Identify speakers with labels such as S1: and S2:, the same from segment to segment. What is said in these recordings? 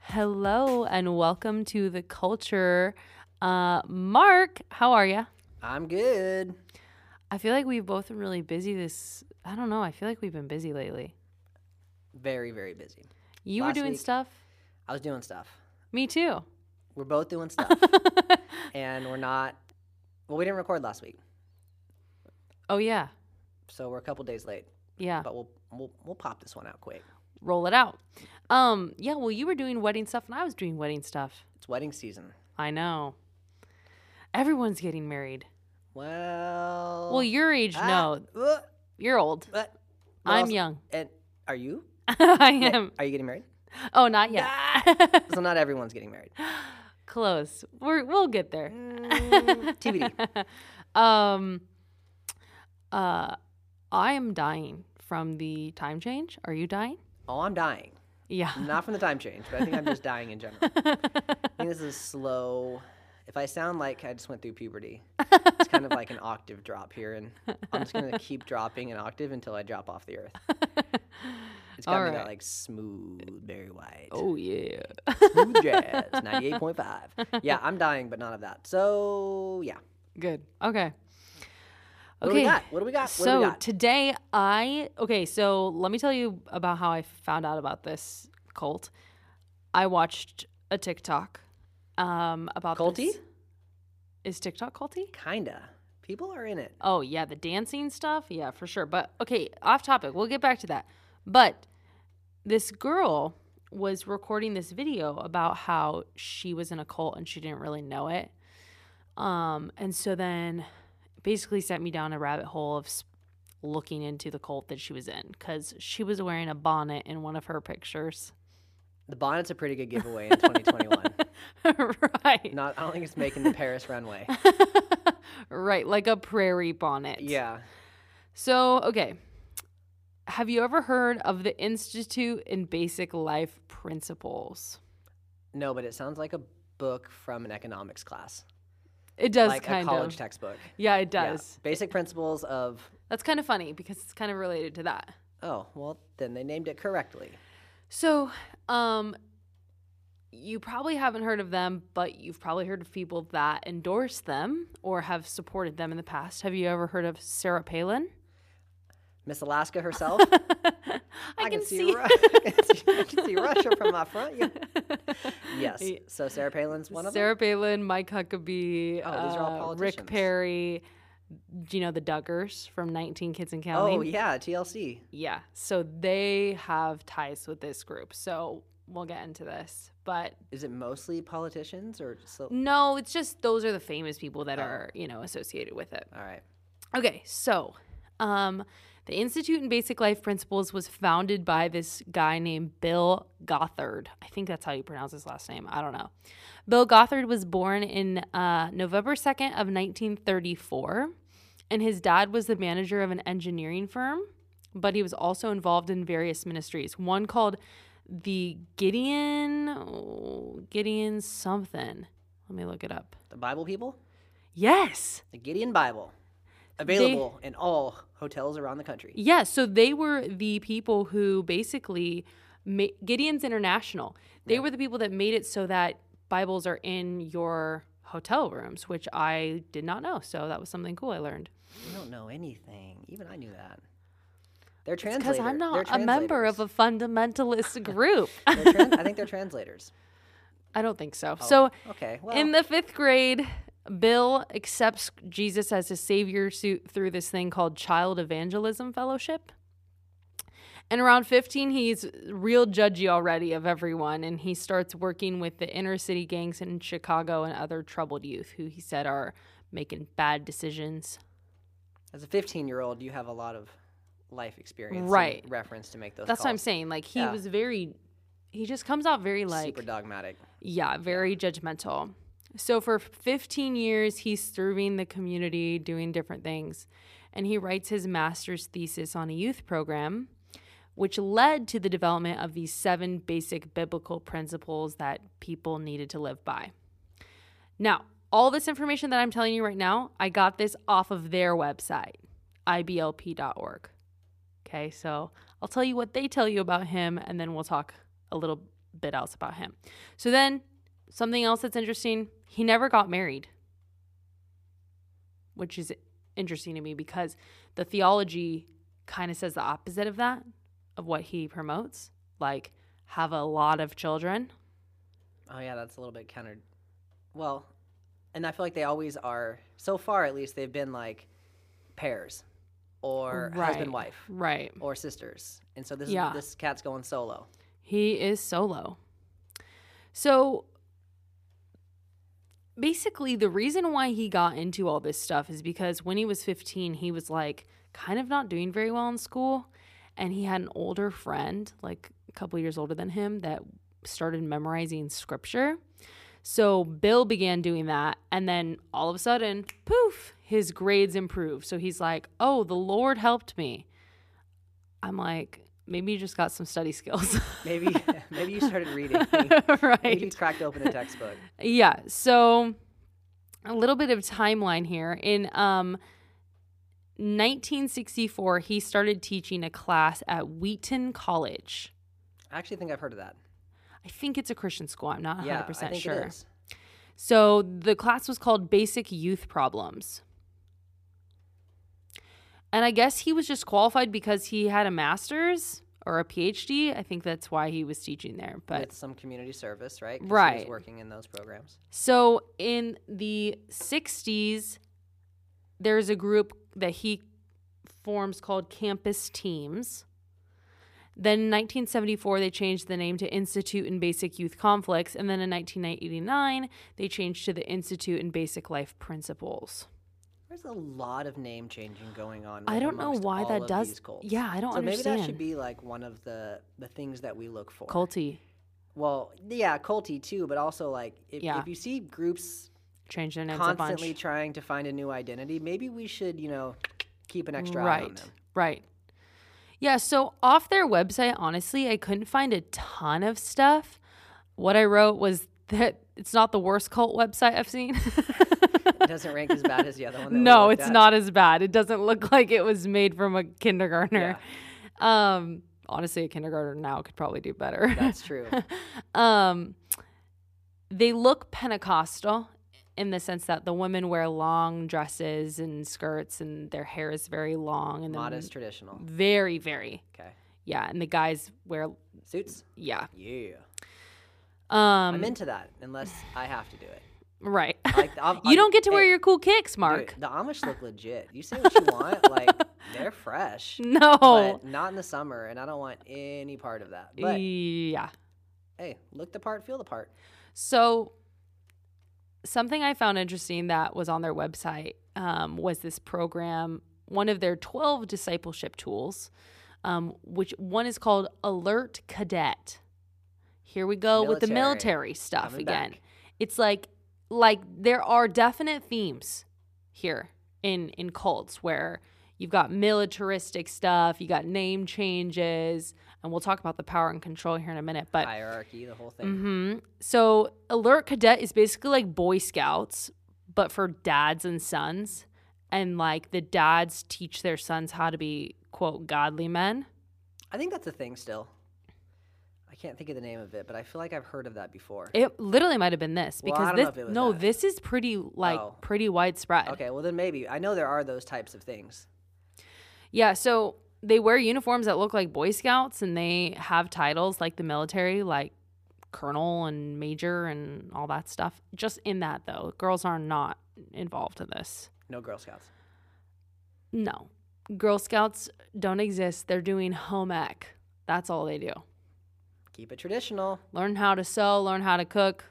S1: Hello and welcome to the culture. Uh, Mark, how are you?
S2: I'm good.
S1: I feel like we've both been really busy this. I don't know. I feel like we've been busy lately.
S2: Very, very busy.
S1: You
S2: Last
S1: were doing
S2: week.
S1: stuff.
S2: I was doing stuff.
S1: Me too.
S2: We're both doing stuff, and we're not. Well, we didn't record last week,
S1: oh yeah,
S2: so we're a couple days late.
S1: yeah.
S2: But we'll we'll, we'll pop this one out quick.
S1: Roll it out. Um, yeah. Well, you were doing wedding stuff and I was doing wedding stuff.
S2: It's wedding season.
S1: I know. Everyone's getting married.
S2: Well.
S1: Well, your age, no.
S2: Uh,
S1: You're old.
S2: but what
S1: I'm
S2: else-
S1: young.
S2: And are you?
S1: I am.
S2: Are you getting married?
S1: Oh, not yet.
S2: so not everyone's getting married.
S1: Close. We're, we'll get there.
S2: Mm, TBD.
S1: um uh I am dying from the time change. Are you dying?
S2: Oh, I'm dying.
S1: Yeah.
S2: Not from the time change, but I think I'm just dying in general. I think this is slow. If I sound like I just went through puberty, it's kind of like an octave drop here, and I'm just gonna keep dropping an octave until I drop off the earth. It's got
S1: All
S2: me
S1: right.
S2: that like smooth Barry White,
S1: oh yeah.
S2: smooth jazz, ninety-eight point five. Yeah, I'm dying, but none of that. So yeah,
S1: Good. Okay.
S2: what do we got? What do we got? What do
S1: So
S2: we got?
S1: today I okay, so let me tell you about how I found out about this cult. I watched a TikTok um about
S2: Culty?
S1: this- Is TikTok culty?
S2: Kinda. People are in it.
S1: Oh yeah, the dancing stuff, yeah, for sure. But okay, off topic. We'll get back to that. But this girl was recording this video about how she was in a cult and she didn't really know it. Um, and so then basically sent me down a rabbit hole of s- looking into the cult that she was in because she was wearing a bonnet in one of her pictures.
S2: The bonnet's a pretty good giveaway in 2021.
S1: right.
S2: Not, I don't think it's making the Paris runway.
S1: right, like a prairie bonnet.
S2: Yeah.
S1: So, okay. Have you ever heard of the Institute in Basic Life Principles?
S2: No, but it sounds like a book from an economics class,
S1: It does
S2: like a
S1: kind
S2: college
S1: of.
S2: textbook.
S1: yeah, it
S2: Yeah.
S1: does.
S2: Basic principles of
S1: That's kind of funny because it's kind of related to that.
S2: oh well, then they named it correctly.
S1: So, um you probably haven't heard of them, but you've probably heard of people that endorse them or have supported them in the past. Have you ever heard of Sarah Palin?
S2: Miss Alaska herself.
S1: I, can, see.
S2: Ru- I can see- I can see Russia from my front. Yeah. Yes.
S1: Yeah.
S2: So Sarah Palin's one of
S1: Sarah Palin, Mike Huckabee,
S2: Oh, these are all
S1: uh, Rick
S2: politicians.
S1: Perry, you know, the Duggars from 19 Kids and
S2: them.
S1: Counting.
S2: Oh yeah, TLC.
S1: Yeah. So they have ties with this group. So we'll get into this. But
S2: Is it mostly politicians or so?
S1: no, it's just those are the famous people
S2: Oh.
S1: that are, you know, associated with it.
S2: All right.
S1: Okay, so um, the Institute in Basic Life Principles was founded by this guy named Bill Gothard. I think that's how you pronounce his last name. I don't know. Bill Gothard was born in uh, November 2nd of 1934, and his dad was the manager of an engineering firm, but he was also involved in various ministries. One called the Gideon, oh, Gideon something. Let me look it up.
S2: The Bible people,
S1: Yes.
S2: the Gideon Bible, available in all hotels around the country.
S1: Yeah, so they were the people who basically ma- Gideon's International. They were the people that made it so that Bibles are in your hotel rooms, which I did not know. So that was something cool I learned.
S2: You don't know anything. Even I knew that. They're translators.
S1: Because I'm not a member of a fundamentalist group.
S2: They're trans- Oh. I think they're translators.
S1: I don't think so. So
S2: Okay. Well,
S1: in the fifth grade, Bill accepts Jesus as his savior su- through this thing called Child Evangelism Fellowship. And around 15, he's real judgy already of everyone, and he starts working with the inner city gangs in Chicago and other troubled youth who he said are making bad decisions.
S2: as a 15 year old, you have a lot of life experience, and
S1: Right.
S2: Reference to make those.
S1: That's what I'm
S2: calls.
S1: saying. Like, he
S2: Yeah.
S1: was very, he just comes out very like.
S2: Super dogmatic.
S1: Yeah, very judgmental. So for 15 years, he's serving the community, doing different things. And he writes his master's thesis on a youth program, which led to the development of these seven basic biblical principles that people needed to live by. Now, all this information that I'm telling you right now, I got this off of their website, iblp.org. Okay, so I'll tell you what they tell you about him, and then we'll talk a little bit else about him. So then, something else that's interesting: he never got married, which is interesting to me because the theology kind of says the opposite of that, of what he promotes, like have a lot of children.
S2: Oh yeah, that's a little bit counter. Well, and I feel like they always are. So far, at least, they've been like pairs, or
S1: Right.
S2: husband wife,
S1: Right.
S2: or sisters. And so this
S1: Yeah.
S2: this cat's going solo.
S1: He is solo. So basically, the reason why he got into all this stuff is because when he was 15, he was like kind of not doing very well in school. And he had an older friend, like a couple years older than him, that started memorizing scripture. So Bill began doing that. And then all of a sudden, poof, his grades improved. So he's like, oh, the Lord helped me. I'm like, maybe you just got some study skills.
S2: Maybe maybe you started reading. Maybe you
S1: right.
S2: cracked open a textbook.
S1: Yeah. So a little bit of timeline here. In um 1964, he started teaching a class at Wheaton College.
S2: I actually think I've heard of that.
S1: I think it's a Christian school. I'm not 100%
S2: Yeah, I think
S1: sure.
S2: it is.
S1: So the class was called Basic Youth Problems. And I guess he was just qualified because he had a master's or a PhD. I think that's why he was teaching there. But
S2: With some community service, right? 'Cause he was
S1: Right.
S2: working in those programs.
S1: So in the 60s, there's a group that he forms called Campus Teams. Then in 1974, they changed the name to Institute in Basic Youth Conflicts. And then in 1989, they changed to the Institute in Basic Life Principles.
S2: There's a lot of name changing going on.
S1: I
S2: like,
S1: don't know
S2: amongst
S1: why
S2: all
S1: that
S2: of
S1: does.
S2: these cults.
S1: Yeah, I don't
S2: so
S1: understand.
S2: maybe that should be like one of the the things that we look for.
S1: Culty
S2: well, yeah, culty too, but also like if,
S1: Yeah.
S2: if you see groups
S1: changed their names a
S2: constantly
S1: bunch.
S2: trying to find a new identity, maybe we should you know keep an extra eye on
S1: right,
S2: them.
S1: right. Yeah, so off their website, honestly, I couldn't find a ton of stuff. What I wrote was that it's not the worst cult website I've seen.
S2: It doesn't rank as bad as the other one. That we
S1: no,
S2: looked
S1: it's
S2: at.
S1: not as bad. It doesn't look like it was made from a kindergartner. Um, honestly, a kindergartner now could probably do better.
S2: That's true.
S1: um, they look Pentecostal in the sense that the women wear long dresses and skirts, and their hair is very long and the-
S2: Modest, traditional.
S1: very, very,
S2: Okay.
S1: yeah. And the guys wear,
S2: Suits.
S1: yeah.
S2: Yeah.
S1: Um,
S2: I'm into that unless I have to do it.
S1: right.
S2: Like I'll-
S1: you
S2: I-
S1: don't get to wear
S2: hey,
S1: your cool kicks,
S2: dude,
S1: Mark.
S2: the Amish look legit. You say what you want, like they're fresh.
S1: no.
S2: But not in the summer, and I don't want any part of that. But
S1: E yeah.
S2: hey, look the part, feel the part.
S1: So, something I found interesting that was on their website um, was this program, one of their 12 discipleship tools, um, which one is called Alert Cadet. Here we go with the
S2: Military.
S1: military stuff
S2: Coming
S1: again.
S2: back.
S1: It's like, like there are definite themes here in in cults where you've got militaristic stuff, you got name changes, and we'll talk about the power and control here in a minute. But
S2: Hierarchy, the whole thing.
S1: hmm So Alert Cadet is basically like Boy Scouts, but for dads and sons. And like the dads teach their sons how to be, quote, godly men.
S2: I think that's a thing still. I can't think of the name of it, but I feel like I've heard of that before.
S1: It literally might have been this
S2: Well, I
S1: because
S2: don't know
S1: this,
S2: if it was
S1: no,
S2: that.
S1: this is pretty, like,
S2: Oh.
S1: pretty widespread.
S2: Okay, well then maybe. I know there are those types of things.
S1: Yeah. So they wear uniforms that look like Boy Scouts and they have titles like the military, like colonel and major and all that stuff. Just in that, though, girls are not involved in this.
S2: No Girl Scouts.
S1: No. Girl Scouts don't exist. They're doing home ec. That's all they do.
S2: Keep it traditional.
S1: Learn how to sew, learn how to cook.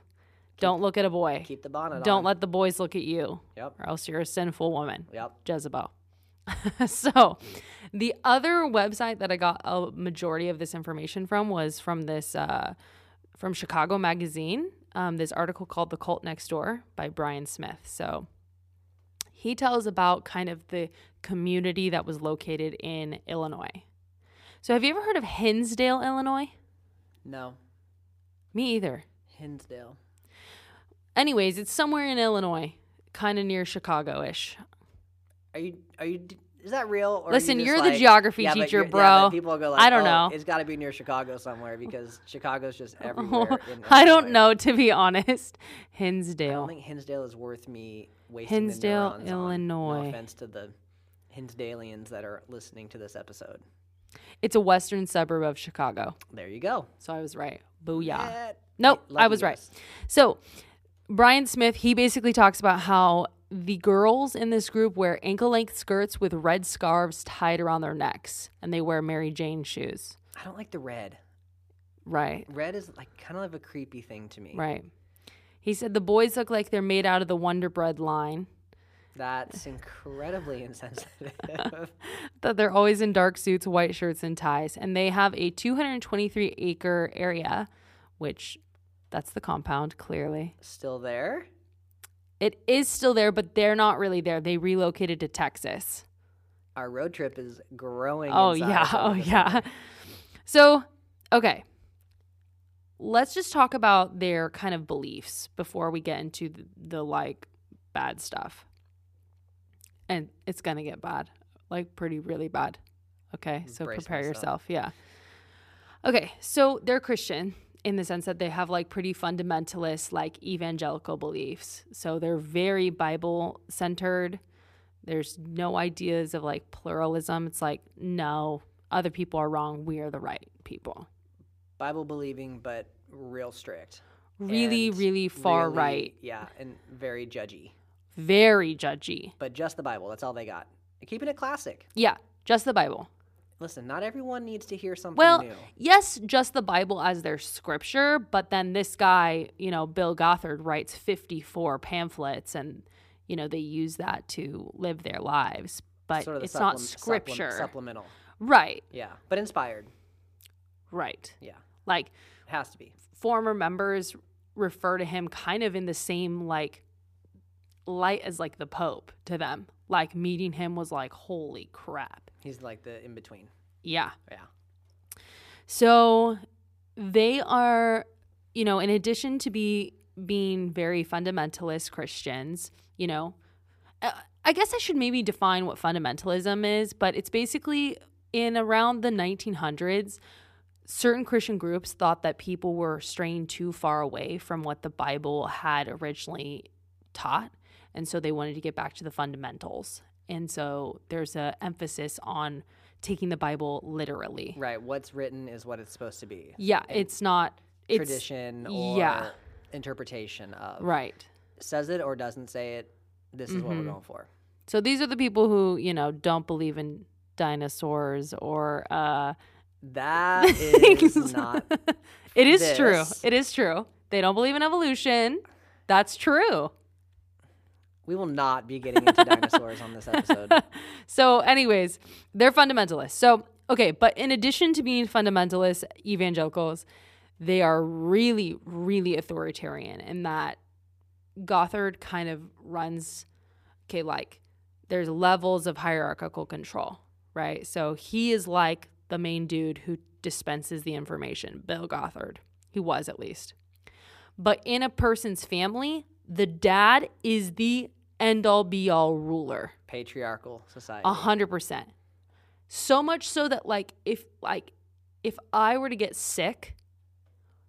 S1: Don't look at a boy.
S2: Keep the bonnet
S1: Eh, Don't
S2: on.
S1: let the boys look at you,
S2: Yep.
S1: or else you're a sinful woman.
S2: Yep.
S1: Jezebel. so, the other website that I got a majority of this information from was from this uh, from Chicago Magazine. Um, this article called "The Cult Next Door" by Brian Smith. So, he tells about kind of the community that was located in Illinois. So, have you ever heard of Hinsdale, Illinois?
S2: No.
S1: Me either.
S2: Hinsdale.
S1: Anyways, it's somewhere in Illinois, kind of near Chicago ish.
S2: Are you are you d- is that real? Or are you
S1: Listen,
S2: just
S1: you're the
S2: like-
S1: geography
S2: yeah, but
S1: teacher,
S2: you're- yeah, but
S1: bro.
S2: people go like,
S1: I don't
S2: "Oh,
S1: know."
S2: It's got to be near Chicago somewhere because Chicago's just everywhere.
S1: Oh,
S2: in
S1: I don't
S2: Illinois.
S1: know, to be honest.
S2: I don't
S1: Hinsdale.
S2: think Hinsdale is worth me wasting the
S1: Hinsdale,
S2: neurons on.
S1: Illinois.
S2: No offense to the Hinsdalians that are listening to this episode.
S1: It's a western suburb of Chicago.
S2: There you go.
S1: So I was right. Booyah.
S2: Yeah.
S1: Nope, I
S2: Lucky
S1: was right.
S2: guess.
S1: So, Brian Smith, he basically talks about how the girls in this group wear ankle length skirts with red scarves tied around their necks and they wear Mary Jane shoes.
S2: I don't like the red.
S1: Right,
S2: Red is like kind of a creepy thing to me.
S1: right. He said the boys look like they're made out of the Wonder Bread line,
S2: That's incredibly insensitive.
S1: that they're always in dark suits, white shirts, and ties, and they have a 223 acre area, which that's the compound clearly.
S2: Still there?
S1: It is still there, but they're not really there. They relocated to Texas.
S2: Our road trip is growing.
S1: Oh
S2: in size
S1: yeah,
S2: over
S1: oh
S2: this
S1: yeah. So, okay. Let's just talk about their kind of beliefs before we get into the, the like bad stuff. And it's going to get bad. Like pretty really bad. Okay? So
S2: Brace
S1: prepare yourself.
S2: myself.
S1: Yeah. Okay. So, they're Christian in the sense that they have like pretty fundamentalist like evangelical beliefs. So, they're very Bible centered there's no ideas of like pluralism. It's like, no, other people are wrong. We are the right people.
S2: Bible believing, but real strict.
S1: Really,
S2: And
S1: really far
S2: really-
S1: right.
S2: Yeah, and very judgy.
S1: Very judgy.
S2: But just the Bible. That's all they got. Keeping it classic.
S1: Yeah, just the Bible.
S2: Listen, not everyone needs to hear something
S1: Well,
S2: new.
S1: yes, just the Bible as their scripture, but then this guy, you know, Bill Gothard writes 54 pamphlets and, you know, they use that to live their lives. But
S2: Sort of the
S1: it's not
S2: supplem- supplem-
S1: scripture.
S2: supplemental.
S1: Right,
S2: Yeah, but inspired.
S1: right.
S2: Yeah,
S1: Like,
S2: has to be.
S1: former members refer to him kind of in the same like light as like the pope to them like meeting him was like holy crap
S2: He's like the in between.
S1: yeah
S2: Yeah.
S1: so they are you know in addition to be being very fundamentalist christians you know uh, i guess i should maybe define what fundamentalism is but it's basically in around the 1900s certain Christian groups thought that people were straying too far away from what the Bible had originally taught, and so they wanted to get back to the fundamentals. And so there's a emphasis on taking the Bible literally.
S2: Right. What's written is what it's supposed to be.
S1: Yeah, it's not it's
S2: Tradition or
S1: yeah.
S2: interpretation of.
S1: right. Mm-hmm.
S2: Says it or doesn't say it. This is what we're going for.
S1: So these are the people who, you know, don't believe in dinosaurs or uh
S2: That is not.
S1: It is true.
S2: this.
S1: It is true. They don't believe in evolution. That's true.
S2: We will not be getting into dinosaurs on this episode.
S1: So, anyways, they're fundamentalists. So, okay, but in addition to being fundamentalists, evangelicals, they are really, really authoritarian in that Gothard kind of runs, okay, like there's levels of hierarchical control, right? So he is like the main dude who dispenses the information, Bill Gothard. He was at least. But in a person's family, the dad is the end all be all ruler.
S2: Patriarchal society.
S1: A hundred percent. So much so that like if like if I were to get sick,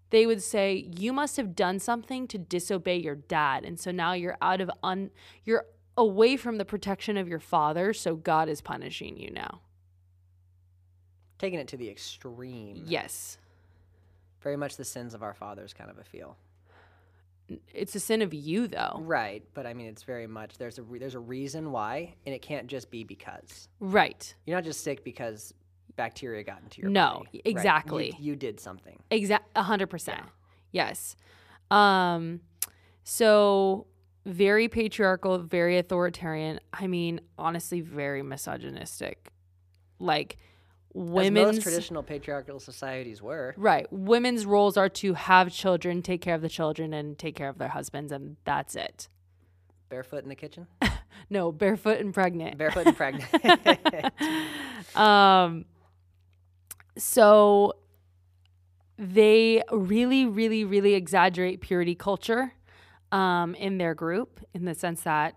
S1: they would say you must have done something to disobey your dad, and so now you're out of un you're away from the protection of your father, so God is punishing you now.
S2: Taking it to the extreme.
S1: Yes,
S2: Very much the sins of our fathers kind of a feel.
S1: it's a sin of you though.
S2: Right, but I mean, it's very much there's a re- there's a reason why, and it can't just be because
S1: Right.
S2: you're not just sick because bacteria got into your
S1: No,
S2: body. right? You-
S1: exactly.
S2: you did something.
S1: Exact, a hundred percent. Yes. Um. So very patriarchal, very authoritarian. I mean, honestly, very misogynistic. Like
S2: As most
S1: women's Mm.
S2: traditional patriarchal societies were.
S1: right. Women's roles are to have children, take care of the children, and take care of their husbands, and that's it.
S2: Barefoot in the kitchen,
S1: No, barefoot and pregnant.
S2: barefoot and pregnant.
S1: um so they really really really exaggerate purity culture um in their group in the sense that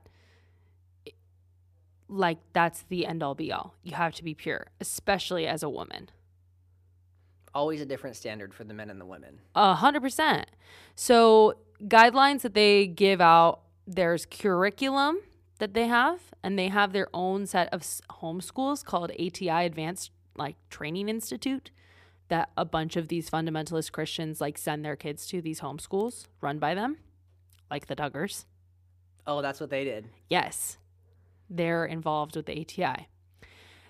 S1: like that's the end all be all. You have to be pure, especially as a woman.
S2: Always a different standard for the men and the women.
S1: A hundred percent. So guidelines that they give out, there's curriculum that they have, and they have their own set of s- homeschools called ATI Advanced like Training Institute that a bunch of these fundamentalist Christians like send their kids to these homeschools run by them, like the Duggars.
S2: Oh, that's what they did.
S1: Yes, they're involved with the ATI.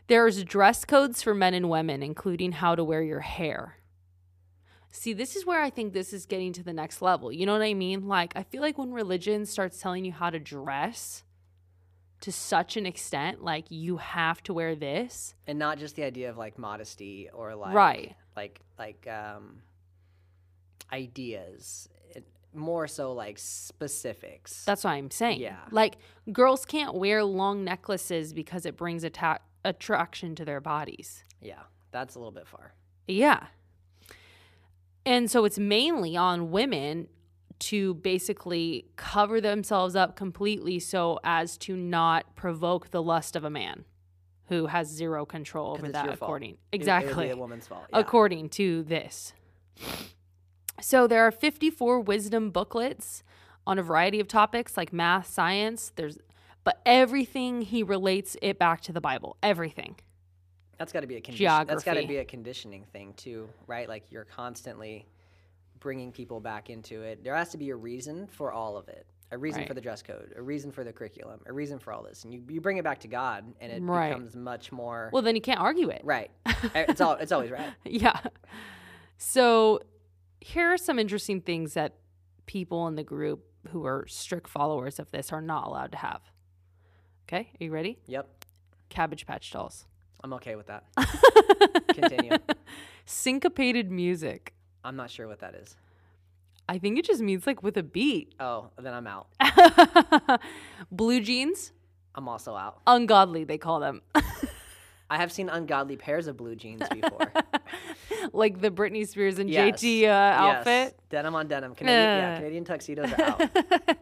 S1: There's dress codes for men and women, including how to wear your hair. See, this is where I think this is getting to the next level. You know what I mean? Like, I feel like when religion starts telling you how to dress to such an extent, like, you have to wear this.
S2: And not just the idea of like modesty or like
S1: Right.
S2: like like um ideas. It, more so like specifics.
S1: That's what I'm saying.
S2: Yeah.
S1: Like, girls can't wear long necklaces because it brings atta- attraction to their bodies.
S2: yeah. That's a little bit far.
S1: Yeah. And so it's mainly on women to basically cover themselves up completely so as to not provoke the lust of a man who has zero control
S2: 'Cause
S1: over
S2: it's
S1: that
S2: your fault.
S1: according
S2: It- It, would
S1: exactly
S2: be a woman's fault. Yeah.
S1: according to this. So there are 54 wisdom booklets on a variety of topics like math, science, there's but everything he relates it back to the Bible, everything.
S2: That's got to be a condition. That's got to
S1: Geography.
S2: be a conditioning thing too, right? Like you're constantly bringing people back into it. There has to be a reason for all of it. A reason for
S1: Right.
S2: the dress code, a reason for the curriculum, a reason for all this, and you, you bring it back to God, and it
S1: Right.
S2: becomes much more
S1: Well, then you can't argue it.
S2: right. it's all it's always right.
S1: yeah. So here are some interesting things that people in the group who are strict followers of this are not allowed to have. Okay, are you ready?
S2: Yep,
S1: Cabbage Patch dolls.
S2: I'm okay with that. Continue.
S1: Syncopated music.
S2: I'm not sure what that is.
S1: I think it just means like with a beat.
S2: Oh, then I'm out.
S1: Blue jeans,
S2: I'm also out.
S1: ungodly, they call them.
S2: I have seen ungodly pairs of blue jeans before.
S1: like the Britney Spears and
S2: Yes.
S1: JT uh, outfit. Uh.
S2: Yes. Denim on denim. Canadian, yeah,
S1: Ugh.
S2: Canadian tuxedos are out.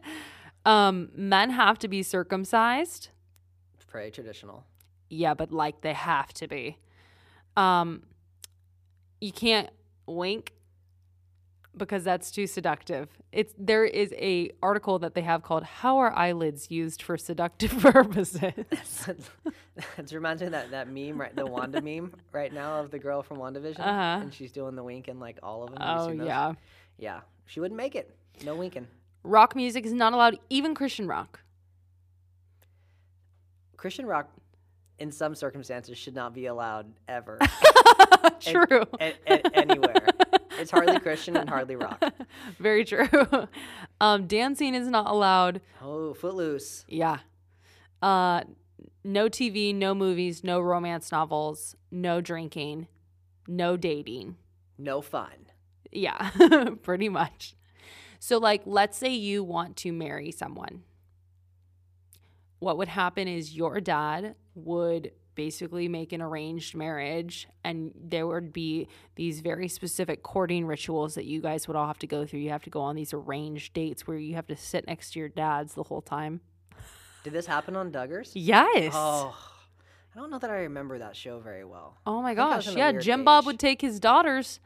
S1: Um, men have to be circumcised.
S2: Pretty traditional.
S1: Yeah, but like they have to be. Um you can't wink because that's too seductive. It's there is a article that they have called How Are Eyelids Used for Seductive Purposes?
S2: it reminds me of that that meme right the Wanda meme right now of the girl from WandaVision
S1: Uh-huh.
S2: and she's doing the wink and like all of them. Have you
S1: oh
S2: seen those?
S1: yeah.
S2: yeah. She wouldn't make it. No winking.
S1: Rock music is not allowed, even Christian rock.
S2: Christian rock, in some circumstances, should not be allowed ever
S1: True.
S2: a- a- anywhere. It's hardly Christian and hardly rock.
S1: Very true. um dancing is not allowed.
S2: Oh, Footloose.
S1: Yeah. Uh, no TV, no movies, no romance novels, no drinking, no dating.
S2: No fun.
S1: Yeah, pretty much. So, like, let's say you want to marry someone. What would happen is your dad would basically make an arranged marriage, and there would be these very specific courting rituals that you guys would all have to go through. You have to go on these arranged dates where you have to sit next to your dads the whole time.
S2: Did this happen on Duggars?
S1: Yes.
S2: Oh, I don't know that I remember that show very well.
S1: Oh my
S2: think I was
S1: gosh.
S2: in a
S1: Yeah,
S2: weird
S1: Jim Bob
S2: age. Oh,
S1: would take his daughters.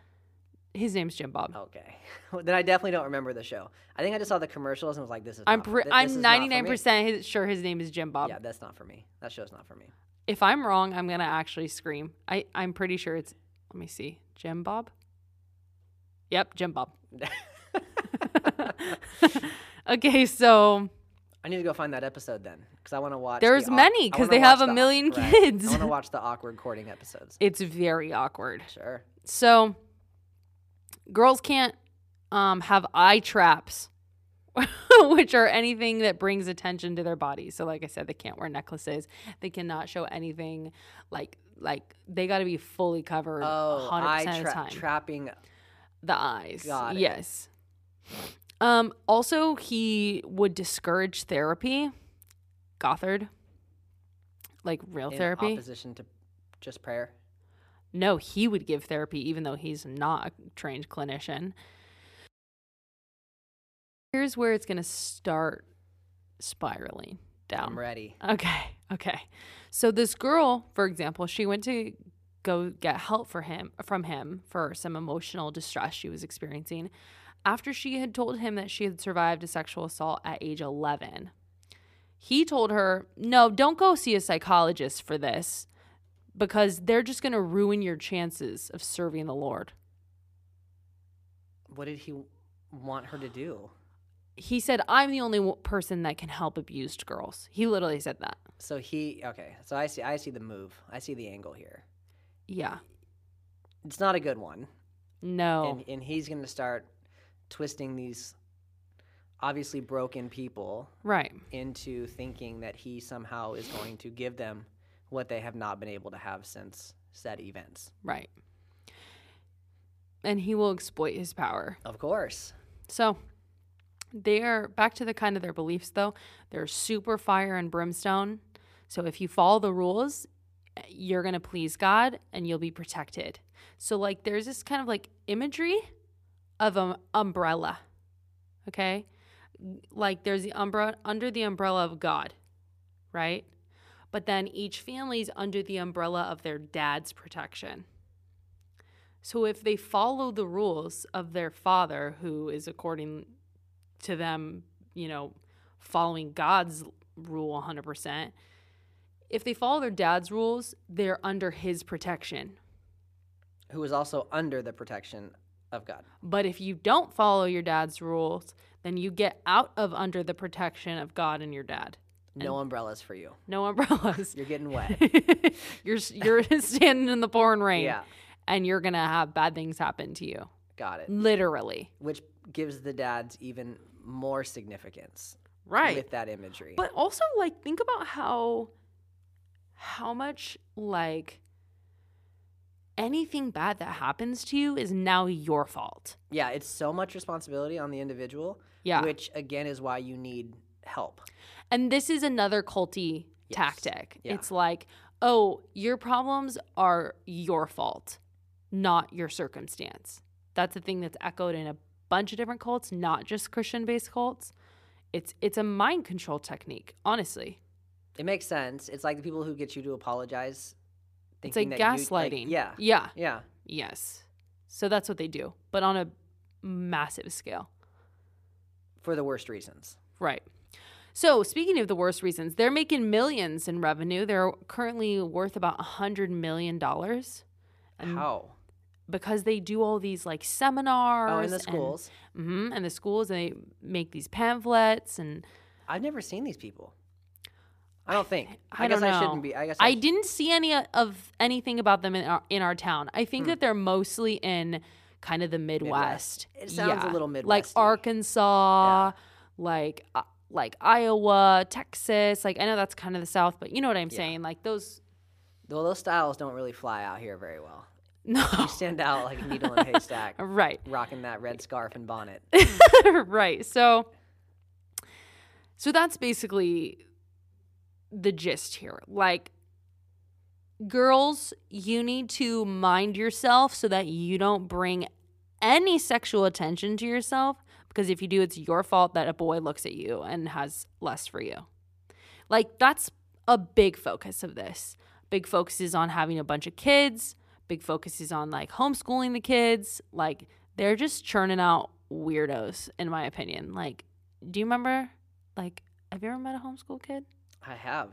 S1: His name's Jim Bob.
S2: Okay, Well, then I definitely don't remember the show. I think I just saw the commercials and was like, "This is."
S1: I'm
S2: not for-
S1: pre-
S2: thi- this is
S1: I'm
S2: not for me.
S1: 99% his, sure his name is Jim Bob.
S2: Yeah, that's not for me. That show's not for me.
S1: If I'm wrong, I'm going to actually scream. I I'm pretty sure it's Let me see. Jim Bob? Yep, Jim Bob. okay, so
S2: I need to go find that episode then, because I want to watch. the
S1: There's
S2: awk-
S1: many,
S2: I
S1: 'cause
S2: wanna
S1: they have
S2: watch
S1: a
S2: the-
S1: million
S2: right.
S1: kids.
S2: I want to watch the awkward courting episodes.
S1: it's very awkward.
S2: Sure.
S1: So girls can't um, have eye traps, which are anything that brings attention to their body. So like I said, they can't wear necklaces. They cannot show anything like like they got to be fully covered
S2: Oh,
S1: 100%
S2: eye
S1: of the
S2: tra-
S1: time.
S2: trapping.
S1: the eyes.
S2: Got it.
S1: yes. Um also he would discourage therapy. Gothard. Like real
S2: In
S1: therapy.
S2: opposition to just prayer.
S1: No, he would give therapy even though he's not a trained clinician. Here's where it's going to start spiraling
S2: I'm
S1: down.
S2: ready.
S1: Okay. Okay. So this girl, for example, she went to go get help for him from him for some emotional distress she was experiencing after she had told him that she had survived a sexual assault at age 11. He told her, "No, don't go see a psychologist for this because they're just going to ruin your chances of serving the Lord."
S2: What did he want her to do?
S1: He said, "I'm the only w- person that can help abused girls." He literally said that.
S2: So he okay. So I see. I see the move. I see the angle here.
S1: Yeah.
S2: It's not a good one,
S1: No.
S2: and, and he's going to start twisting these obviously broken people
S1: right.
S2: into thinking that he somehow is going to give them what they have not been able to have since said events.
S1: Right. And he will exploit his power.
S2: Of course.
S1: So they're back to the kind of their beliefs though. They're super fire and brimstone. So if you follow the rules, you're going to please God and you'll be protected. So like there's this kind of like imagery of an umbrella. Okay? Like there's the umbra under the umbrella of God, right? But then each family's under the umbrella of their dad's protection. So if they follow the rules of their father, who is according to them, you know, following God's rule 100%, if they follow their dad's rules, they're under his protection.
S2: Who is also under the protection of God.
S1: But if you don't follow your dad's rules, then you get out of under the protection of God and your dad.
S2: No umbrellas for you.
S1: No umbrellas.
S2: You're getting wet.
S1: you're you're standing in the pouring rain
S2: Yeah.
S1: and you're going to have bad things happen to you.
S2: Got it.
S1: Literally.
S2: Which gives the dads even more significance with that imagery.
S1: But also like think about how how much like anything bad that happens to you is now your fault.
S2: yeah, it's so much responsibility on the individual,
S1: Yeah.
S2: which again is why you need help.
S1: And this is another culty
S2: Yes.
S1: tactic.
S2: Yeah.
S1: It's like, "Oh, your problems are your fault, not your circumstance." That's a thing that's echoed in a bunch of different cults, not just Christian-based cults. It's it's a mind control technique, honestly.
S2: It makes sense. It's like the people who get you to apologize.
S1: It's like
S2: thinking that you- like,
S1: gaslighting.
S2: yeah.
S1: Yeah.
S2: Yeah.
S1: Yes. So that's what they do, but on a massive scale.
S2: For the worst reasons.
S1: Right. So, speaking of the worst reasons, they're making millions in revenue. They're currently worth about a $100 million dollars
S2: How?
S1: because they do all these like seminars.
S2: Oh, in the schools.
S1: And, Mhm, and the schools, they make these pamphlets. And
S2: I've never seen these people. I don't think. I,
S1: I
S2: guess
S1: don't
S2: I
S1: know.
S2: shouldn't be. I guess I,
S1: I didn't see any uh, of anything about them in our, in our town. I think
S2: Hmm.
S1: that they're mostly in kind of the Midwest.
S2: Midwest. It sounds a little
S1: Like
S2: Midwesty.
S1: Arkansas, like uh, like Iowa, Texas. Like I know that's kind of the South, but you know what I'm saying. Like those.
S2: Well, those styles don't really fly out here very well.
S1: No.
S2: You stand out like a needle in a haystack,
S1: right.
S2: rocking that red scarf and bonnet.
S1: right. So so that's basically the gist here. Like girls, you need to mind yourself so that you don't bring any sexual attention to yourself because if you do it's your fault that a boy looks at you and has lust for you. Like that's a big focus of this. Big focus is on having a bunch of kids. Big focus is on like homeschooling the kids. Like they're just churning out weirdos, in my opinion. Like, do you remember? Like, have you ever met a homeschool kid?
S2: I have.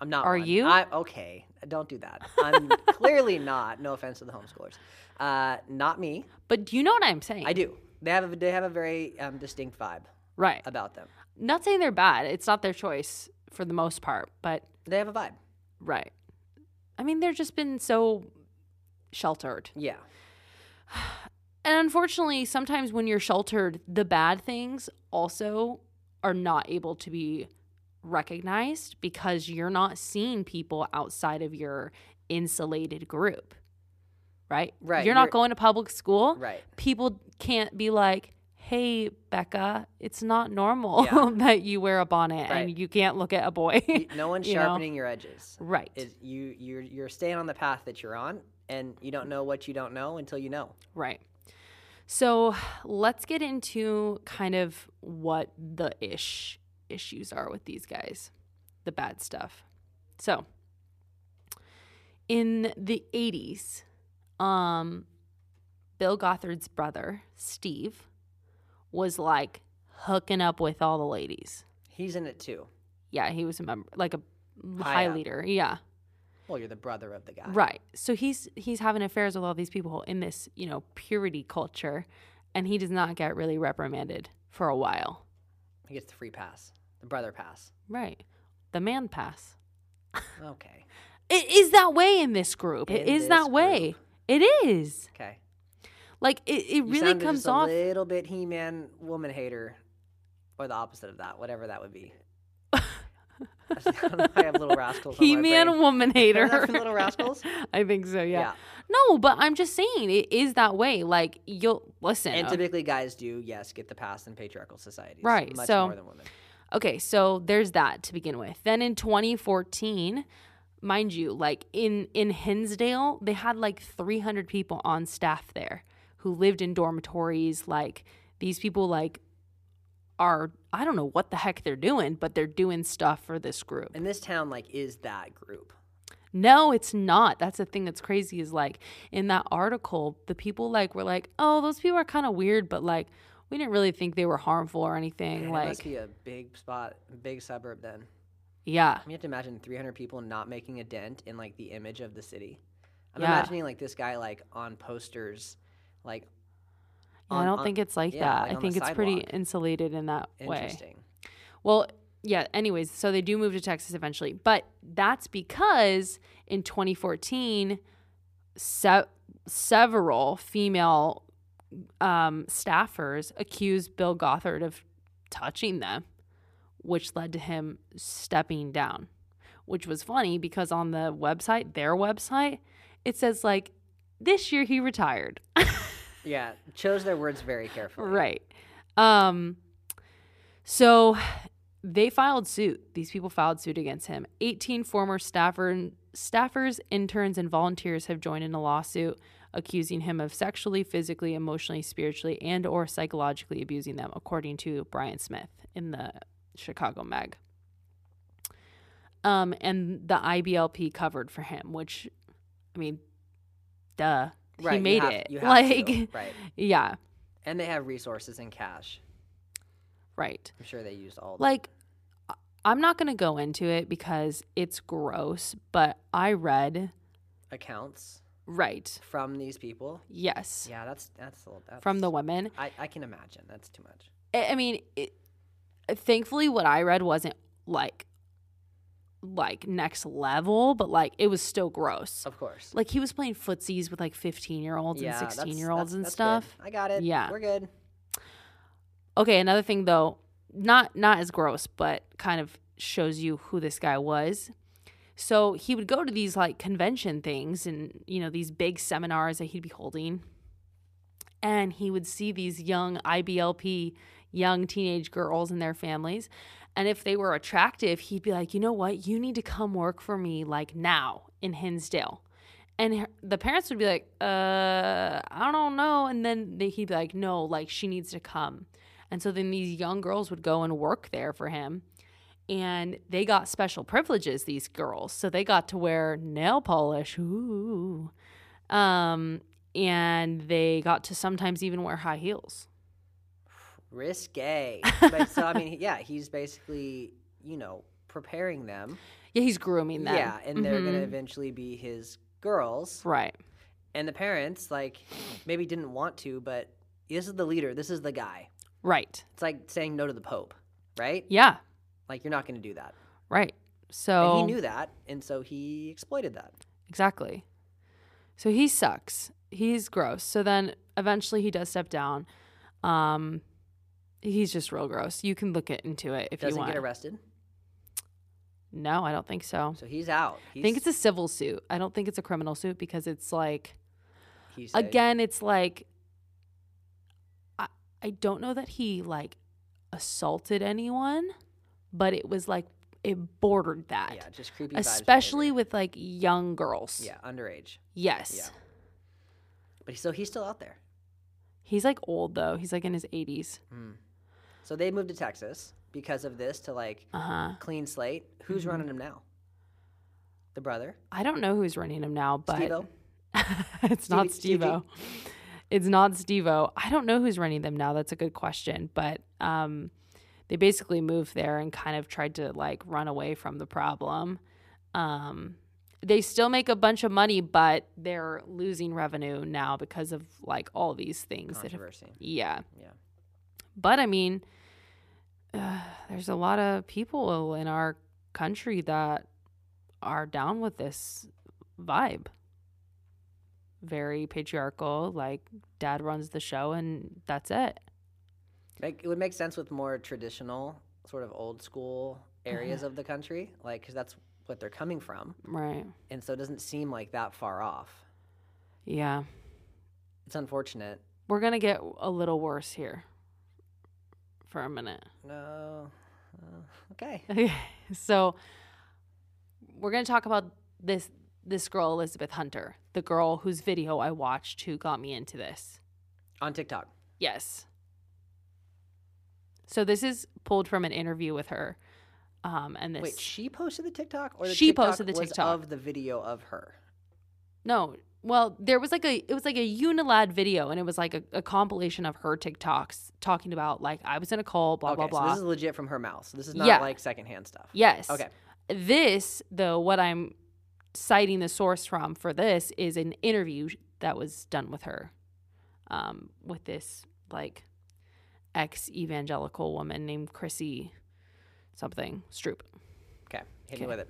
S2: I'm not.
S1: Are
S2: one.
S1: you?
S2: I, okay. Don't do that. I'm clearly not. No offense to the homeschoolers. Uh, not me.
S1: But do you know what I'm saying?
S2: I do. They have a they have a very um, distinct vibe
S1: Right.
S2: about them.
S1: Not saying they're bad. It's not their choice for the most part, but
S2: They have a vibe.
S1: right. I mean, they're just been so sheltered.
S2: Yeah.
S1: And unfortunately, sometimes when you're sheltered, the bad things also are not able to be recognized because you're not seeing people outside of your insulated group. Right?
S2: Right,
S1: You're not
S2: you're-
S1: going to public school.
S2: Right.
S1: People can't be like, hey, Becca, it's not normal
S2: Yeah.
S1: that you wear a bonnet
S2: Right.
S1: and you can't look at a boy.
S2: Y- No one's
S1: You know?
S2: sharpening your edges.
S1: right.
S2: Is you you're you're staying on the path that you're on, and you don't know what you don't know until you know.
S1: Right. So let's get into kind of what the ish issues are with these guys, the bad stuff. So, in the 80s, um, Bill Gothard's brother, Steve, was like hooking up with all the ladies.
S2: He's in it too.
S1: Yeah, he was a member, like a
S2: High
S1: high
S2: up.
S1: leader. Yeah.
S2: Well, you're the brother of the guy.
S1: Right. So he's he's having affairs with all these people in this, you know, purity culture and he does not get really reprimanded for a while.
S2: He gets the free pass, the brother pass.
S1: Right. The man pass.
S2: Okay.
S1: It is that way in this group. it
S2: In
S1: is that
S2: this
S1: way.
S2: group.
S1: It is.
S2: Okay.
S1: Like it, it
S2: You
S1: really
S2: sounded
S1: comes
S2: just a
S1: off
S2: little bit He-Man woman hater, or the opposite of that, whatever that would be. I don't know if I have little rascals. on my
S1: he man
S2: brain.
S1: woman hater.
S2: Remember that from Little Rascals?
S1: I think so, yeah.
S2: Yeah.
S1: No, but I'm just saying it is that way. Like you'll listen.
S2: And
S1: uh,
S2: typically, guys do yes get the pass in patriarchal societies,
S1: Right,
S2: Much
S1: so-
S2: more than women.
S1: Okay, so there's that to begin with. Then in 2014, mind you, like in in Hinsdale, they had like 300 people on staff there who lived in dormitories. Like these people, like are I don't know what the heck they're doing, but they're doing stuff for this group.
S2: And this town, like, is that group.
S1: No, it's not. That's the thing that's crazy is like in that article, the people like were like, oh, those people are kind of weird, but like we didn't really think they were harmful or anything.
S2: And it must
S1: like,
S2: be a big spot, big suburb. Then
S1: yeah.
S2: I mean, you have to imagine 300 people not making a dent in like the image of the city. I'm
S1: Yeah.
S2: imagining like this guy like on posters, like
S1: Yeah, I
S2: on-
S1: don't
S2: on-
S1: think it's like
S2: yeah,
S1: that.
S2: like
S1: I
S2: on the
S1: think it's pretty
S2: sidewalk.
S1: insulated in that way.
S2: interesting.
S1: Well, yeah, anyways, so they do move to Texas eventually, but that's because in 2014, se- several female um, staffers accused Bill Gothard of touching them, which led to him stepping down, which was funny because on the website, their website, it says like, this year he retired.
S2: Yeah, chose their words very carefully.
S1: Right. Um so they filed suit. These people filed suit against him. 18 former staffer staffers, interns and volunteers have joined in a lawsuit accusing him of sexually, physically, emotionally, spiritually and or psychologically abusing them according to Brian Smith in the Chicago Mag. Um and the IBLP covered for him, which I mean duh.
S2: right.
S1: he
S2: you
S1: made
S2: have-
S1: it.
S2: you have
S1: like
S2: to, right,
S1: yeah,
S2: and they have resources and cash.
S1: right.
S2: I'm sure they used all.
S1: like I- i'm not going to go into it because it's gross but i read
S2: the accounts
S1: right
S2: from these people.
S1: yes
S2: Yeah, that's that's a little. That's,
S1: from the women
S2: I, I can imagine that's too much.
S1: i, I mean it, thankfully what i read wasn't like like next level but like it was still gross
S2: Of course.
S1: like he was playing footsies with like 15 year olds
S2: yeah,
S1: and
S2: that's-
S1: 16 year olds
S2: that's-
S1: and
S2: that's
S1: stuff
S2: Good. I got it.
S1: Yeah.
S2: we're good.
S1: Okay, another thing though, not not as gross, but kind of shows you who this guy was. So he would go to these like convention things and you know these big seminars that he'd be holding, and he would see these young IBLP young teenage girls and their families, and if they were attractive, he'd be like, you know what, you need to come work for me like now in Hinsdale. And her, the parents would be like, uh, I don't know. And then they, he'd be like, no, like she needs to come. And so then these young girls would go and work there for him. And they got special privileges, these girls. So they got to wear nail polish. Ooh. Um, and they got to sometimes even wear high heels.
S2: risque. but so I mean, yeah, he's basically you know preparing them.
S1: Yeah, he's grooming them.
S2: Yeah, and they're gonna
S1: Mhm.
S2: eventually be his girls.
S1: Right.
S2: And the parents like maybe didn't want to, but this is the leader. This is the guy.
S1: Right.
S2: It's like saying no to the pope, right?
S1: Yeah.
S2: Like you're not gonna do that.
S1: Right. So
S2: And he knew that, and so he exploited that.
S1: Exactly. So he sucks. He's gross. So then eventually he does step down. Um he's just real gross. You can look it into it if you
S2: Doesn't
S1: want.
S2: get arrested,
S1: no, I don't think so.
S2: so he's out. He's,
S1: I think it's a civil suit. I don't think it's a criminal suit because it's like
S2: he's a-
S1: again, it's like I I don't know that he like assaulted anyone, but it was like it bordered that.
S2: Yeah, just creepy. vibes
S1: Especially
S2: behavior.
S1: with like young girls.
S2: yeah, underage.
S1: Yes.
S2: Yeah. But so he's still out there.
S1: He's like old though. He's like in his 80s.
S2: So they moved to Texas because of this to like
S1: Uh huh.
S2: clean slate. Who's running him now? the brother.
S1: I don't know who's running him now, but
S2: Steve-O.
S1: it's not
S2: Stevie-
S1: Stevo. It's not Stevo. I don't know who's running them now. That's a good question. But um, they basically moved there and kind of tried to like run away from the problem. Um, they still make a bunch of money, but they're losing revenue now because of like all these things that have.
S2: Controversy.
S1: Yeah.
S2: Yeah.
S1: But I mean, uh, there's a lot of people in our country that are down with this vibe. Very patriarchal, like dad runs the show and that's it.
S2: Like, it would make sense with more traditional, sort of old school
S1: Uh-huh.
S2: areas of the country, like, because that's what they're coming from.
S1: Right.
S2: And so it doesn't seem like that far off.
S1: Yeah.
S2: It's unfortunate.
S1: We're going to get a little worse here for a minute.
S2: No. Uh, okay.
S1: Okay, so we're going to talk about this this girl Elizabeth Hunter, the girl whose video I watched who got me into this.
S2: On TikTok.
S1: Yes. So this is pulled from an interview with her, um, and this
S2: Wait, she posted the TikTok, or the
S1: She
S2: TikTok
S1: posted the
S2: was
S1: TikTok.
S2: of the video of her.
S1: no, well, there was like a it was like a Unilad video, and it was like a, a compilation of her TikToks talking about like I was in a cult, blah blah
S2: okay,
S1: blah.
S2: So this is legit from her mouth. So this is not
S1: Yeah.
S2: like secondhand stuff.
S1: yes.
S2: Okay.
S1: This though, what I'm citing the source from for this is an interview that was done with her, um, with this like ex evangelical woman named Chrissy something Stroop.
S2: Okay. Hit
S1: Okay.
S2: me with it.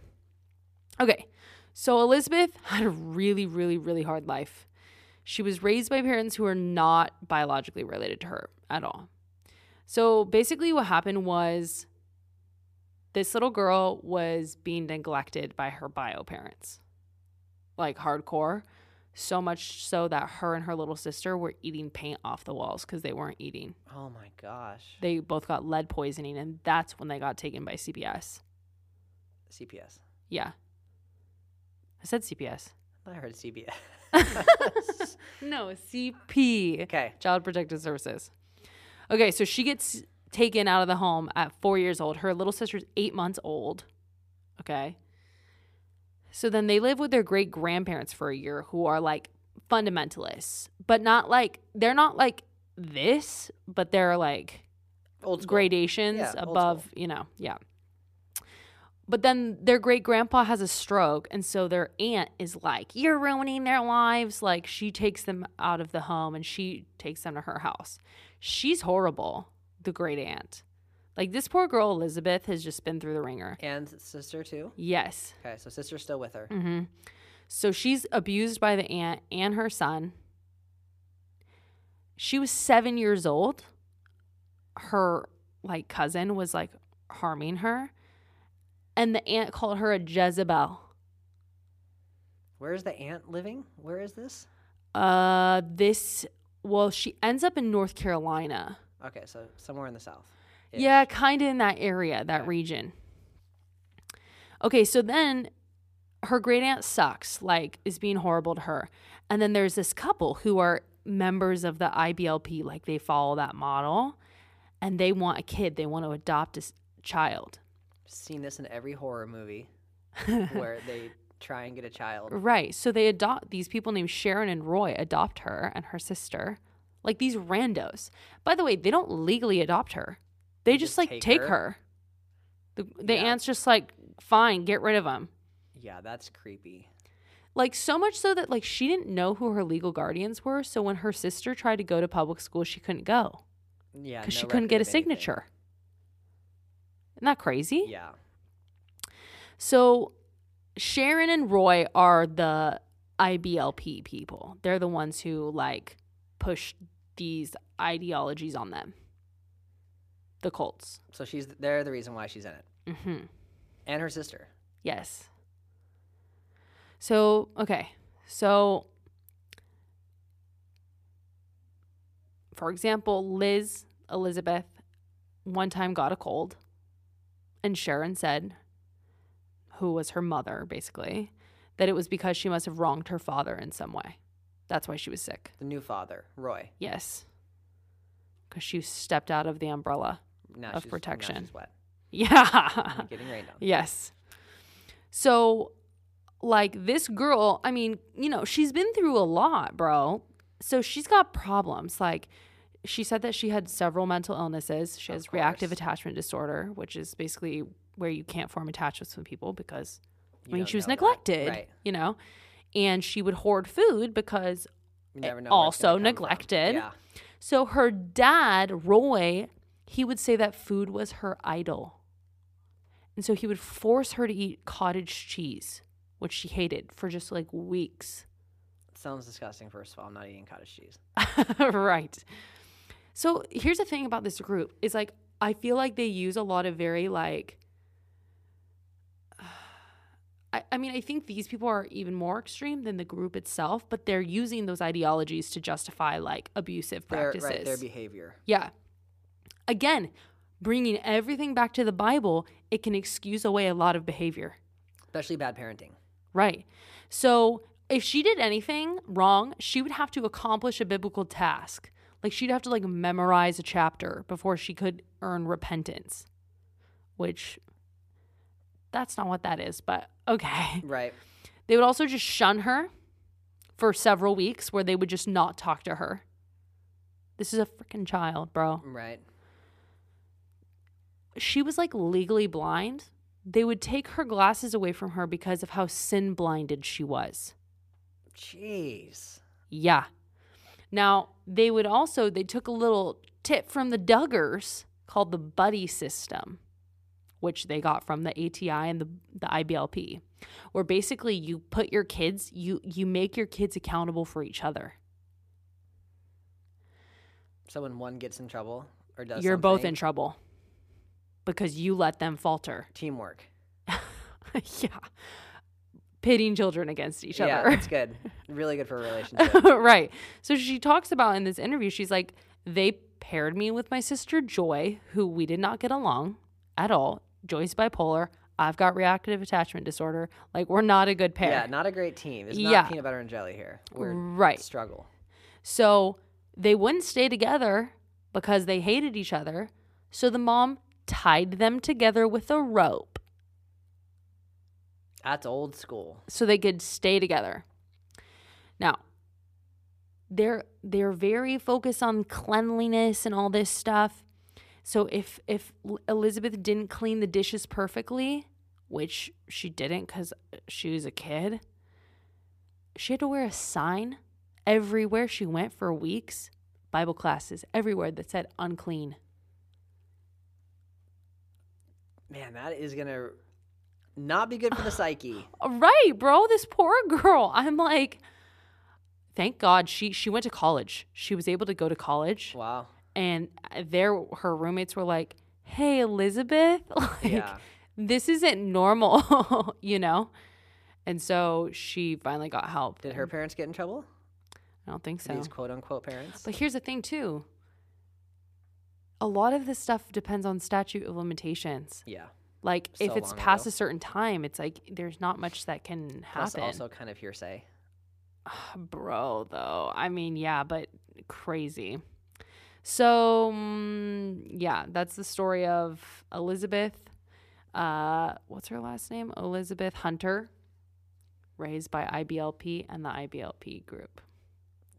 S1: Okay. So Elizabeth had a really, really, really hard life. She was raised by parents who were not biologically related to her at all. So basically, what happened was this little girl was being neglected by her bio parents, like hardcore. So much so that her and her little sister were eating paint off the walls because they weren't eating.
S2: Oh my gosh.
S1: They both got lead poisoning, and that's when they got taken by CPS.
S2: CPS.
S1: Yeah. I said CPS.
S2: I heard CBS.
S1: No, CP,
S2: okay.
S1: Child Protective Services. Okay, so she gets taken out of the home at four years old. Her little sister's eight months old. Okay. So then they live with their great grandparents for a year who are like fundamentalists, but not like, they're not like this, but they're like,
S2: Old school.
S1: gradations
S2: Yeah, old
S1: above, you know, yeah. But then their great grandpa has a stroke, and so their aunt is like, You're ruining their lives. Like, she takes them out of the home and she takes them to her house. She's horrible, the great aunt. Like, this poor girl, Elizabeth, has just been through the ringer.
S2: And sister too.
S1: Yes.
S2: Okay, so sister's still with her.
S1: Mm-hmm. So she's abused by the aunt and her son. She was seven years old. Her like cousin was like harming her, and the aunt called her a Jezebel.
S2: Where is the aunt living? Where is this?
S1: Uh, this well, she ends up in North Carolina.
S2: Okay, so somewhere in the south. Ish.
S1: Yeah, kind of in that area, that
S2: Okay.
S1: region. Okay, so then her great aunt sucks, like, is being horrible to her. And then there's this couple who are members of the IBLP, like, they follow that model and they want a kid, they want to adopt a s- child.
S2: Seen this in every horror movie where they try and get a child.
S1: Right. So they adopt these people named Sharon and Roy adopt her and her sister. Like these randos. By the way, they don't legally adopt her. They, just,
S2: just
S1: like take,
S2: take
S1: her.
S2: her?
S1: The, the
S2: Yeah.
S1: aunt's just like, fine, get rid of him.
S2: Yeah, that's creepy.
S1: Like so much so that like she didn't know who her legal guardians were. So when her sister tried to go to public school, she couldn't go
S2: Yeah,
S1: because
S2: no
S1: she couldn't
S2: record
S1: get a
S2: of anything.
S1: signature. Isn't that crazy?
S2: Yeah,
S1: So Sharon and Roy are the IBLP people. They're the ones who like push these ideologies on them. The cults.
S2: so she's they're the reason why she's in it,
S1: Mm-hmm.
S2: and her sister.
S1: Yes. So, okay. So, for example, Liz Elizabeth one time got a cold, and Sharon said, who was her mother basically, that it was because she must have wronged her father in some way. That's why she was sick.
S2: The new father, Roy.
S1: Yes. Because she stepped out of the umbrella.
S2: Now
S1: Of
S2: she's,
S1: protection. Uh,
S2: Now she's wet.
S1: Yeah.
S2: Getting rained on.
S1: Yes. So like this girl, I mean, you know, she's been through a lot, bro. So she's got problems. Like she said that she had several mental illnesses. She
S2: Of
S1: has reactive
S2: course.
S1: attachment disorder, which is basically where you can't form attachments with people because
S2: You
S1: I mean
S2: don't
S1: she was
S2: know that.
S1: neglected,
S2: Right.
S1: you know. And she would hoard food because
S2: You never know. where it's
S1: also
S2: gonna come from.
S1: neglected.
S2: Yeah.
S1: So her dad, Roy, he would say that food was her idol. And so he would force her to eat cottage cheese, which she hated for just like weeks.
S2: Sounds disgusting. First of all, I'm not eating cottage cheese.
S1: right. So here's the thing about this group is like I feel like they use a lot of very like I, I mean, I think these people are even more extreme than the group itself, but they're using those ideologies to justify like abusive
S2: Their,
S1: practices.
S2: right, their behavior.
S1: Yeah. Again, bringing everything back to the Bible, it can excuse away a lot of behavior.
S2: Especially bad parenting.
S1: Right. So if she did anything wrong, she would have to accomplish a biblical task. Like she'd have to like memorize a chapter before she could earn repentance, which that's not what that is, but okay.
S2: Right.
S1: They would also just shun her for several weeks where they would just not talk to her. This is a freaking child, bro
S2: Right.
S1: she was like legally blind. They would take her glasses away from her because of how sin blinded she was.
S2: Jeez.
S1: Yeah. Now, they would also they took a little tip from the Duggars called the buddy system, which they got from the ATI and the the IBLP, where basically you put your kids, you you make your kids accountable for each other.
S2: So when one gets in trouble or does
S1: You're both in
S2: something,
S1: trouble because you let them falter.
S2: teamwork.
S1: yeah. Pitting children against each
S2: yeah,
S1: other.
S2: it's good. Really good for a relationship.
S1: right. So she talks about in this interview, she's like, they paired me with my sister Joy, who we did not get along at all. Joy's bipolar. I've got reactive attachment disorder. Like, we're not a good pair.
S2: Yeah, not a great team. It's not
S1: Yeah.
S2: peanut butter and jelly here. We're
S1: right.
S2: struggle.
S1: So they wouldn't stay together because they hated each other. So the mom tied them together with a rope
S2: That's old school.
S1: so they could stay together. Now, they're they're very focused on cleanliness and all this stuff. So if if L- Elizabeth didn't clean the dishes perfectly, which she didn't cuz she was a kid, she had to wear a sign everywhere she went for weeks, Bible classes everywhere that said unclean.
S2: Man, that is gonna not be good for the psyche.
S1: Right, bro. This poor girl. I'm like, thank God she she went to college. She was able to go to college,
S2: Wow.
S1: and there her roommates were like, "Hey, Elizabeth, like
S2: Yeah.
S1: this isn't normal," you know. And so she finally got help.
S2: Did her parents get in trouble?
S1: I don't think Um, so.
S2: These quote unquote parents.
S1: But here's the thing, too. A lot of this stuff depends on statute of limitations.
S2: yeah.
S1: Like if
S2: So
S1: it's
S2: long ago.
S1: past a certain time, it's like there's not much that can
S2: Plus
S1: happen.
S2: also kind of hearsay.
S1: Bro, though. I mean, yeah, but crazy. So, mm, yeah, that's the story of Elizabeth. Uh, what's her last name? Elizabeth Hunter, raised by IBLP and the IBLP group.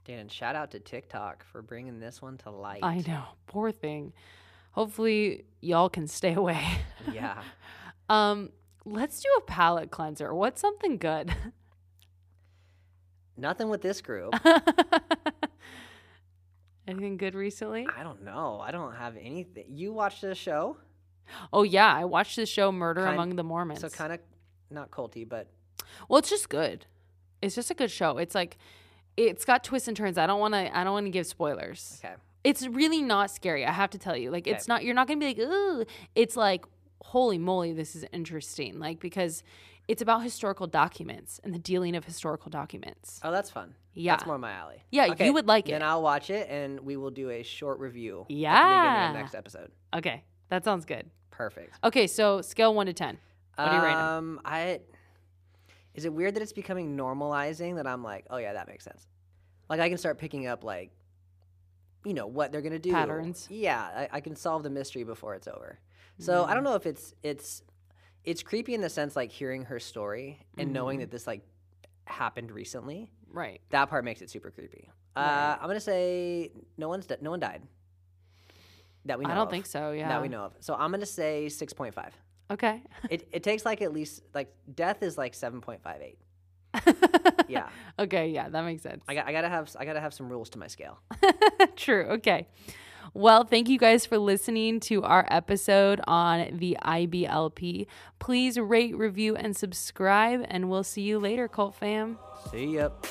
S2: Dan, shout out to TikTok for bringing this one to light.
S1: I know, poor thing. Hopefully, y'all can stay away.
S2: Yeah.
S1: Um, let's do a palate cleanser. What's something good?
S2: Nothing with this group.
S1: Anything good recently?
S2: I don't know. I don't have anything. You watched this show,
S1: Oh yeah, I watched the show Murder
S2: Kind-
S1: Among the Mormons.
S2: so kind of not culty, but
S1: well, it's just good. It's just a good show. It's like it's got twists and turns. I don't want to I don't want to give spoilers.
S2: okay.
S1: It's really not scary, I have to tell you. Like it's not you're not going to be like, "Ooh." It's like, "Holy moly, this is interesting." Like because it's about historical documents and the dealing of historical documents.
S2: Oh, that's fun.
S1: yeah.
S2: That's more my alley.
S1: Yeah, you would like
S2: Then
S1: it.
S2: I'll watch it and we will do a short review. At the beginning of
S1: Yeah.
S2: the next episode.
S1: okay. That sounds good.
S2: Perfect.
S1: Okay, so scale 1 to 10. What do you rate 'em?
S2: um, I is it weird that it's becoming normalizing that I'm like, oh yeah, that makes sense. Like I can start picking up like, you know, what they're gonna do.
S1: Patterns. Mm.
S2: Yeah, I, I can solve the mystery before it's over. So I don't know if it's it's it's creepy in the sense like hearing her story and knowing
S1: Mm.
S2: that this like happened recently.
S1: Right.
S2: That part makes it super creepy. Uh,
S1: Right.
S2: I'm gonna say no one's di- no one died. That we know
S1: I don't
S2: of.
S1: think so. Yeah.
S2: That we know of. So I'm gonna say six point five.
S1: Okay.
S2: It it takes like at least like death is like seven point five eight. Yeah.
S1: Okay. Yeah, that makes sense.
S2: I got I gotta have s- I gotta have some rules to my scale.
S1: True. Okay. Well, thank you guys for listening to our episode on the IBLP. Please rate, review, and subscribe, and we'll see you later, Cult Fam.
S2: See yep.